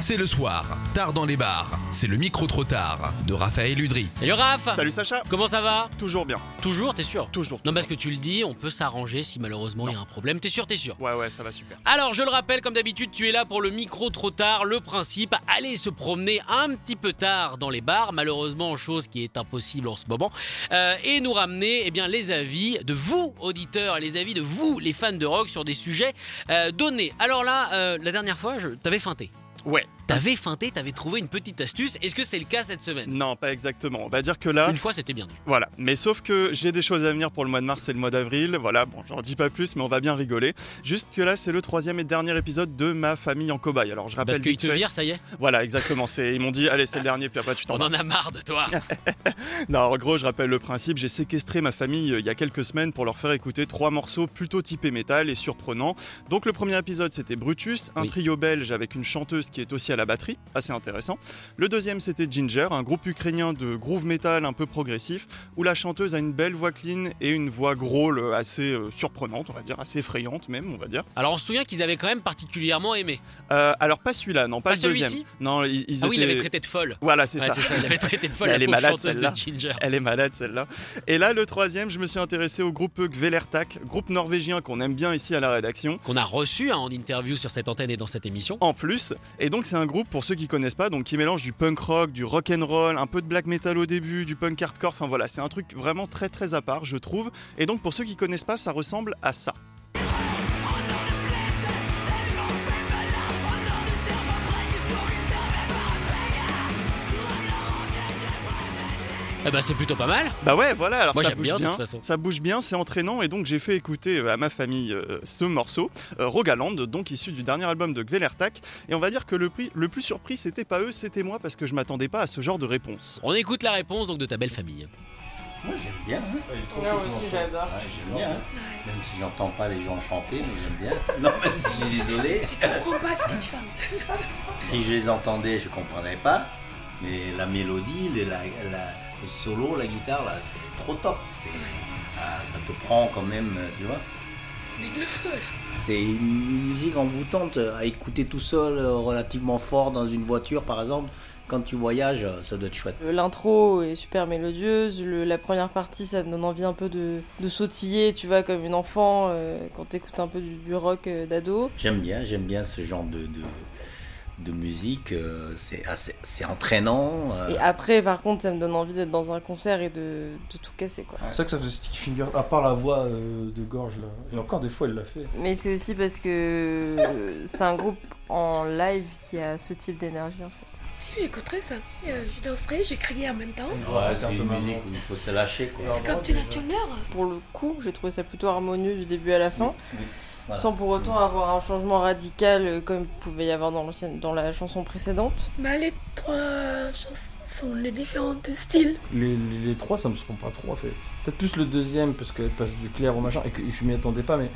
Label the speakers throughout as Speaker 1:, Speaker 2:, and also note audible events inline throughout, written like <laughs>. Speaker 1: C'est le soir, tard dans les bars. C'est le micro trop tard de Raphaël Udry.
Speaker 2: Salut Raph
Speaker 3: Salut Sacha,
Speaker 2: Comment ça va
Speaker 3: toujours bien,
Speaker 2: Toujours, t'es sûr
Speaker 3: toujours.
Speaker 2: Non parce que tu le dis, on peut s'arranger si malheureusement il y a un problème, t'es sûr, t'es sûr
Speaker 3: Ouais ouais, ça va super.
Speaker 2: alors, je le rappelle, comme d'habitude, tu es là pour le micro trop tard. Le principe, aller se promener un petit peu tard dans les bars, malheureusement, chose qui est impossible en ce moment, euh, et nous ramener eh bien, les avis de vous, auditeurs, et les avis de vous, les fans de rock, sur des sujets euh, donnés. Alors là, euh, la dernière fois, je t'avais feinté.
Speaker 3: Ouais.
Speaker 2: T'avais feinté, t'avais trouvé une petite astuce. Est-ce que c'est le cas cette semaine
Speaker 3: Non, pas exactement. On va dire que là,
Speaker 2: Une fois, c'était bien déjà.
Speaker 3: voilà. Mais sauf que j'ai des choses à venir pour le mois de mars et le mois d'avril. Voilà, bon, j'en dis pas plus, mais on va bien rigoler. Juste que là, c'est le troisième et dernier épisode de Ma famille en cobaye. Alors je rappelle
Speaker 2: Parce qu'ils
Speaker 3: vite
Speaker 2: te
Speaker 3: fait-
Speaker 2: virent, Oh ça y est
Speaker 3: Voilà, exactement. C'est, ils m'ont dit, allez, c'est le dernier, puis après tu t'en
Speaker 2: On
Speaker 3: vas.
Speaker 2: en a marre de toi.
Speaker 3: Non, en gros, je rappelle le principe. J'ai séquestré ma famille euh, il y a quelques semaines pour leur faire écouter trois morceaux plutôt typés métal et surprenants. Donc le premier épisode, c'était Brutus, un
Speaker 2: Oui.
Speaker 3: trio belge avec une chanteuse qui est aussi à la batterie, assez intéressant. Le deuxième, c'était Ginger, un groupe ukrainien de groove metal un peu progressif, où la chanteuse a une belle voix clean et une voix grôle euh, assez euh, surprenante, on va dire, assez effrayante même, on va dire.
Speaker 2: <laughs> Alors on se souvient qu'ils avaient quand même particulièrement aimé.
Speaker 3: Euh, alors pas celui-là, non, pas,
Speaker 2: Pas
Speaker 3: le deuxième.
Speaker 2: celui-ci
Speaker 3: Non, ils, ils
Speaker 2: ah oui, il
Speaker 3: étaient-
Speaker 2: avait traité de folle.
Speaker 3: Voilà, c'est
Speaker 2: Ouais,
Speaker 3: ça.
Speaker 2: c'est ça, il
Speaker 3: <laughs>
Speaker 2: avait traité de folle
Speaker 3: Mais
Speaker 2: la
Speaker 3: elle est
Speaker 2: pauvre
Speaker 3: malade,
Speaker 2: chanteuse de
Speaker 3: celle-là.
Speaker 2: Ginger.
Speaker 3: Elle est malade celle-là. Et là, le troisième, je me suis intéressé au groupe Gvelertak, groupe norvégien qu'on aime bien ici à la rédaction.
Speaker 2: Qu'on a reçu hein, en interview sur cette antenne et dans cette émission.
Speaker 3: En plus, et donc c'est un groupe pour ceux qui connaissent pas, donc qui mélange du punk rock, du rock and roll, un peu de black metal au début, du punk hardcore. Enfin voilà, c'est un truc vraiment très très à part, je trouve. Et donc pour ceux qui connaissent pas, ça ressemble à ça.
Speaker 2: Eh ben c'est plutôt pas mal.
Speaker 3: Bah ouais, voilà, alors
Speaker 2: Moi,
Speaker 3: ça
Speaker 2: j'aime
Speaker 3: bouge
Speaker 2: bien,
Speaker 3: bien,
Speaker 2: de toute façon.
Speaker 3: ça bouge bien, c'est entraînant et donc j'ai fait écouter euh, à ma famille euh, ce morceau, euh, Rogaland, donc issu du dernier album de Gvelertak et on va dire que le, prix, le plus surpris c'était pas eux, c'était moi parce que je m'attendais pas à ce genre de réponse.
Speaker 2: On écoute la réponse donc de ta belle famille.
Speaker 4: Moi j'aime bien. hein.
Speaker 5: Ouais, moi aussi, j'adore.
Speaker 4: Ouais, j'aime bien. hein. Même si j'entends pas les gens chanter, mais j'aime bien. <laughs> Non, mais si je suis désolé.
Speaker 6: comprends pas ce que tu entends.
Speaker 4: Si je les entendais, je comprenais pas. Mais la mélodie, le, la- la- le solo, la guitare, là, c'est trop top. C'est- Ça, ça te prend quand même, euh, tu vois.
Speaker 6: Mais le feu, là.
Speaker 4: C'est une musique envoûtante à écouter tout seul, euh, relativement fort dans une voiture, par exemple. Quand tu voyages, euh, ça doit être chouette.
Speaker 5: L'intro est super mélodieuse, le- la première partie ça me donne envie un peu de, de sautiller, tu vois, comme une enfant euh, quand t'écoutes un peu du, du rock euh, d'ado.
Speaker 4: J'aime bien, j'aime bien ce genre de, de, de musique. euh, c'est assez- c'est entraînant. euh,
Speaker 5: Et après, par contre, ça me donne envie d'être dans un concert et de, de tout casser quoi.
Speaker 7: C'est vrai que ça faisait sticky finger, à part la voix euh, de gorge là. Et encore des fois, elle l'a fait.
Speaker 5: Mais c'est aussi parce que euh, c'est un groupe en live qui a ce type d'énergie en fait.
Speaker 6: Si j'écouterais ça, euh, je danserais, je criais en même temps.
Speaker 4: Ouais,
Speaker 7: un
Speaker 4: c'est
Speaker 7: peu
Speaker 4: une
Speaker 7: marrant.
Speaker 4: musique où il faut se lâcher quoi.
Speaker 6: C'est comme tu Turner.
Speaker 5: Pour le coup, j'ai trouvé ça plutôt harmonieux du début à la fin,
Speaker 4: Voilà.
Speaker 5: sans pour autant avoir un changement radical euh, comme pouvait y avoir dans, l'ancienne- dans la chanson précédente.
Speaker 6: Bah, les trois chansons sont les différents styles.
Speaker 7: Les, les- les trois, ça me surprend pas trop en fait. Peut-être plus le deuxième, parce qu'elle passe du clair au machin, et que je m'y attendais pas, mais,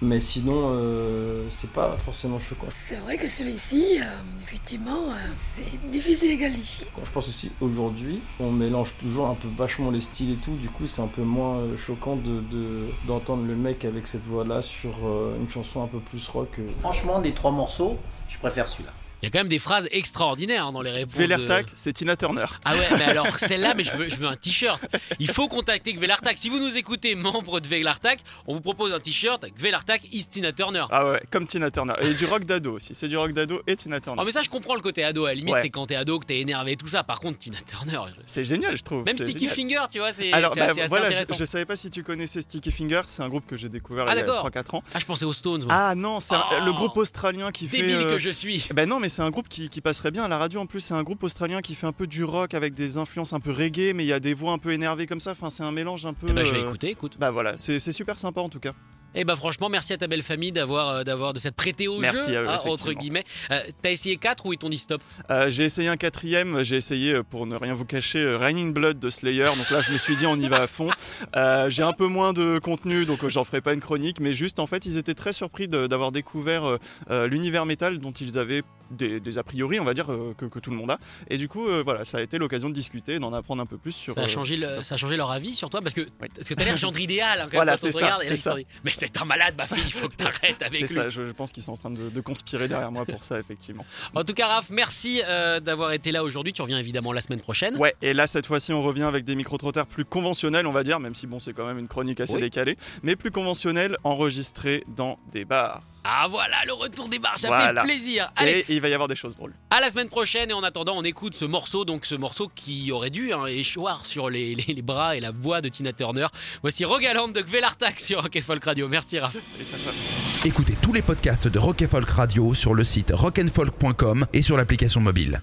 Speaker 7: mais sinon, euh, c'est pas forcément choquant.
Speaker 6: C'est vrai que celui-ci, euh, effectivement, euh, c'est difficile à qualifier.
Speaker 7: Bon, Je pense aussi aujourd'hui, on mélange toujours un peu vachement les styles et tout, du coup, c'est un peu moins euh, choquant de- de- d'entendre le mec avec cette voix là sur euh, une chanson un peu plus rock. euh.
Speaker 4: Franchement, des trois morceaux, je préfère celui-là.
Speaker 2: Il y a quand même des phrases extraordinaires hein, dans les réponses. de-
Speaker 3: Gvelertak, c'est Tina Turner.
Speaker 2: Ah ouais, mais alors celle-là, mais je veux, je veux un t-shirt. Il faut contacter Gvelartak. Si vous nous écoutez, membre de Gvelartak, on vous propose un t-shirt Gvelartak is Tina Turner.
Speaker 3: Ah ouais, comme Tina Turner. Et du rock d'ado aussi, c'est du rock d'ado et Tina Turner.
Speaker 2: Oh mais ça, je comprends le côté ado. À la limite,
Speaker 3: Ouais.
Speaker 2: c'est quand t'es ado que t'es énervé tout ça. Par contre, Tina Turner, je-
Speaker 3: C'est génial, je trouve.
Speaker 2: même
Speaker 3: c'est
Speaker 2: Sticky
Speaker 3: génial.
Speaker 2: Finger, tu vois, c'est
Speaker 3: Alors
Speaker 2: c'est
Speaker 3: bah,
Speaker 2: assez, assez
Speaker 3: voilà, je,
Speaker 2: intéressant.
Speaker 3: je savais pas si tu connaissais Sticky Finger, c'est un groupe que j'ai découvert
Speaker 2: Ah,
Speaker 3: il y a
Speaker 2: d'accord.
Speaker 3: 3-4 ans.
Speaker 2: Ah, je pensais aux Stones. moi.
Speaker 3: Ah non, c'est un-
Speaker 2: Oh.
Speaker 3: le groupe australien qui fait.
Speaker 2: Débile
Speaker 3: euh,
Speaker 2: que je suis.
Speaker 3: Ben non, mais c'est un groupe qui, qui passerait bien à la radio en plus. C'est un groupe australien qui fait un peu du rock avec des influences un peu reggae, mais il y a des voix un peu énervées comme ça. Enfin, c'est un mélange un peu.
Speaker 2: Eh ben, je vais
Speaker 3: euh,
Speaker 2: écouter, écoute.
Speaker 3: Bah voilà, c'est c'est super sympa en tout cas.
Speaker 2: Eh ben franchement, merci à ta belle famille d'avoir, euh, d'avoir de s'être prêté au
Speaker 3: Merci
Speaker 2: jeu,
Speaker 3: à eux,
Speaker 2: hein, entre
Speaker 3: effectivement.
Speaker 2: guillemets. Euh, t'as essayé 4 ou ils t'ont dit stop
Speaker 3: Euh, j'ai essayé un quatrième, j'ai essayé, euh, pour ne rien vous cacher, euh, Raining Blood de Slayer. Donc là, je me suis dit, on y va à fond. Euh, j'ai un peu moins de contenu, donc euh, j'en ferai pas une chronique. Mais juste, en fait, ils étaient très surpris de- d'avoir découvert euh, euh, l'univers métal dont ils avaient des, des a priori, on va dire, euh, que, que tout le monde a. Et du coup, euh, voilà, ça a été l'occasion de discuter, d'en apprendre un peu plus sur.
Speaker 2: ça a,
Speaker 3: euh,
Speaker 2: changé le-
Speaker 3: sur-
Speaker 2: ça a changé leur avis sur toi parce que, parce que t'as l'air gendre idéal hein, quand
Speaker 3: Voilà,
Speaker 2: même, quand on
Speaker 3: c'est
Speaker 2: te
Speaker 3: ça,
Speaker 2: regarde. et là,
Speaker 3: c'est
Speaker 2: ils se sont
Speaker 3: ça.
Speaker 2: dit, Mais c'est un malade, ma fille, il faut que t'arrêtes avec
Speaker 3: <laughs> C'est
Speaker 2: lui.
Speaker 3: ça, je, je pense qu'ils sont en train de- de conspirer derrière moi pour ça, effectivement.
Speaker 2: En tout cas, Raph, merci euh, d'avoir été là aujourd'hui. Tu reviens évidemment la semaine prochaine.
Speaker 3: <laughs> Ouais, et là cette fois-ci on revient avec des micro-trottoirs plus conventionnels, on va dire, même si bon c'est quand même une chronique assez
Speaker 2: Oui.
Speaker 3: décalée, mais plus conventionnels enregistrés dans des bars.
Speaker 2: Ah voilà, le retour des bars, ça
Speaker 3: Voilà.
Speaker 2: fait plaisir. Allez,
Speaker 3: Et il va y avoir des choses drôles.
Speaker 2: à la semaine prochaine et en attendant, on écoute ce morceau, donc ce morceau qui aurait dû hein, échoir sur les, les- les bras et la voix de Tina Turner. Voici Rogaland de Kvelartak sur Rock et Folk Radio. Merci Raph.
Speaker 1: Écoutez tous les podcasts de Rock and Folk Radio sur le site rockandfolk.com et sur l'application mobile.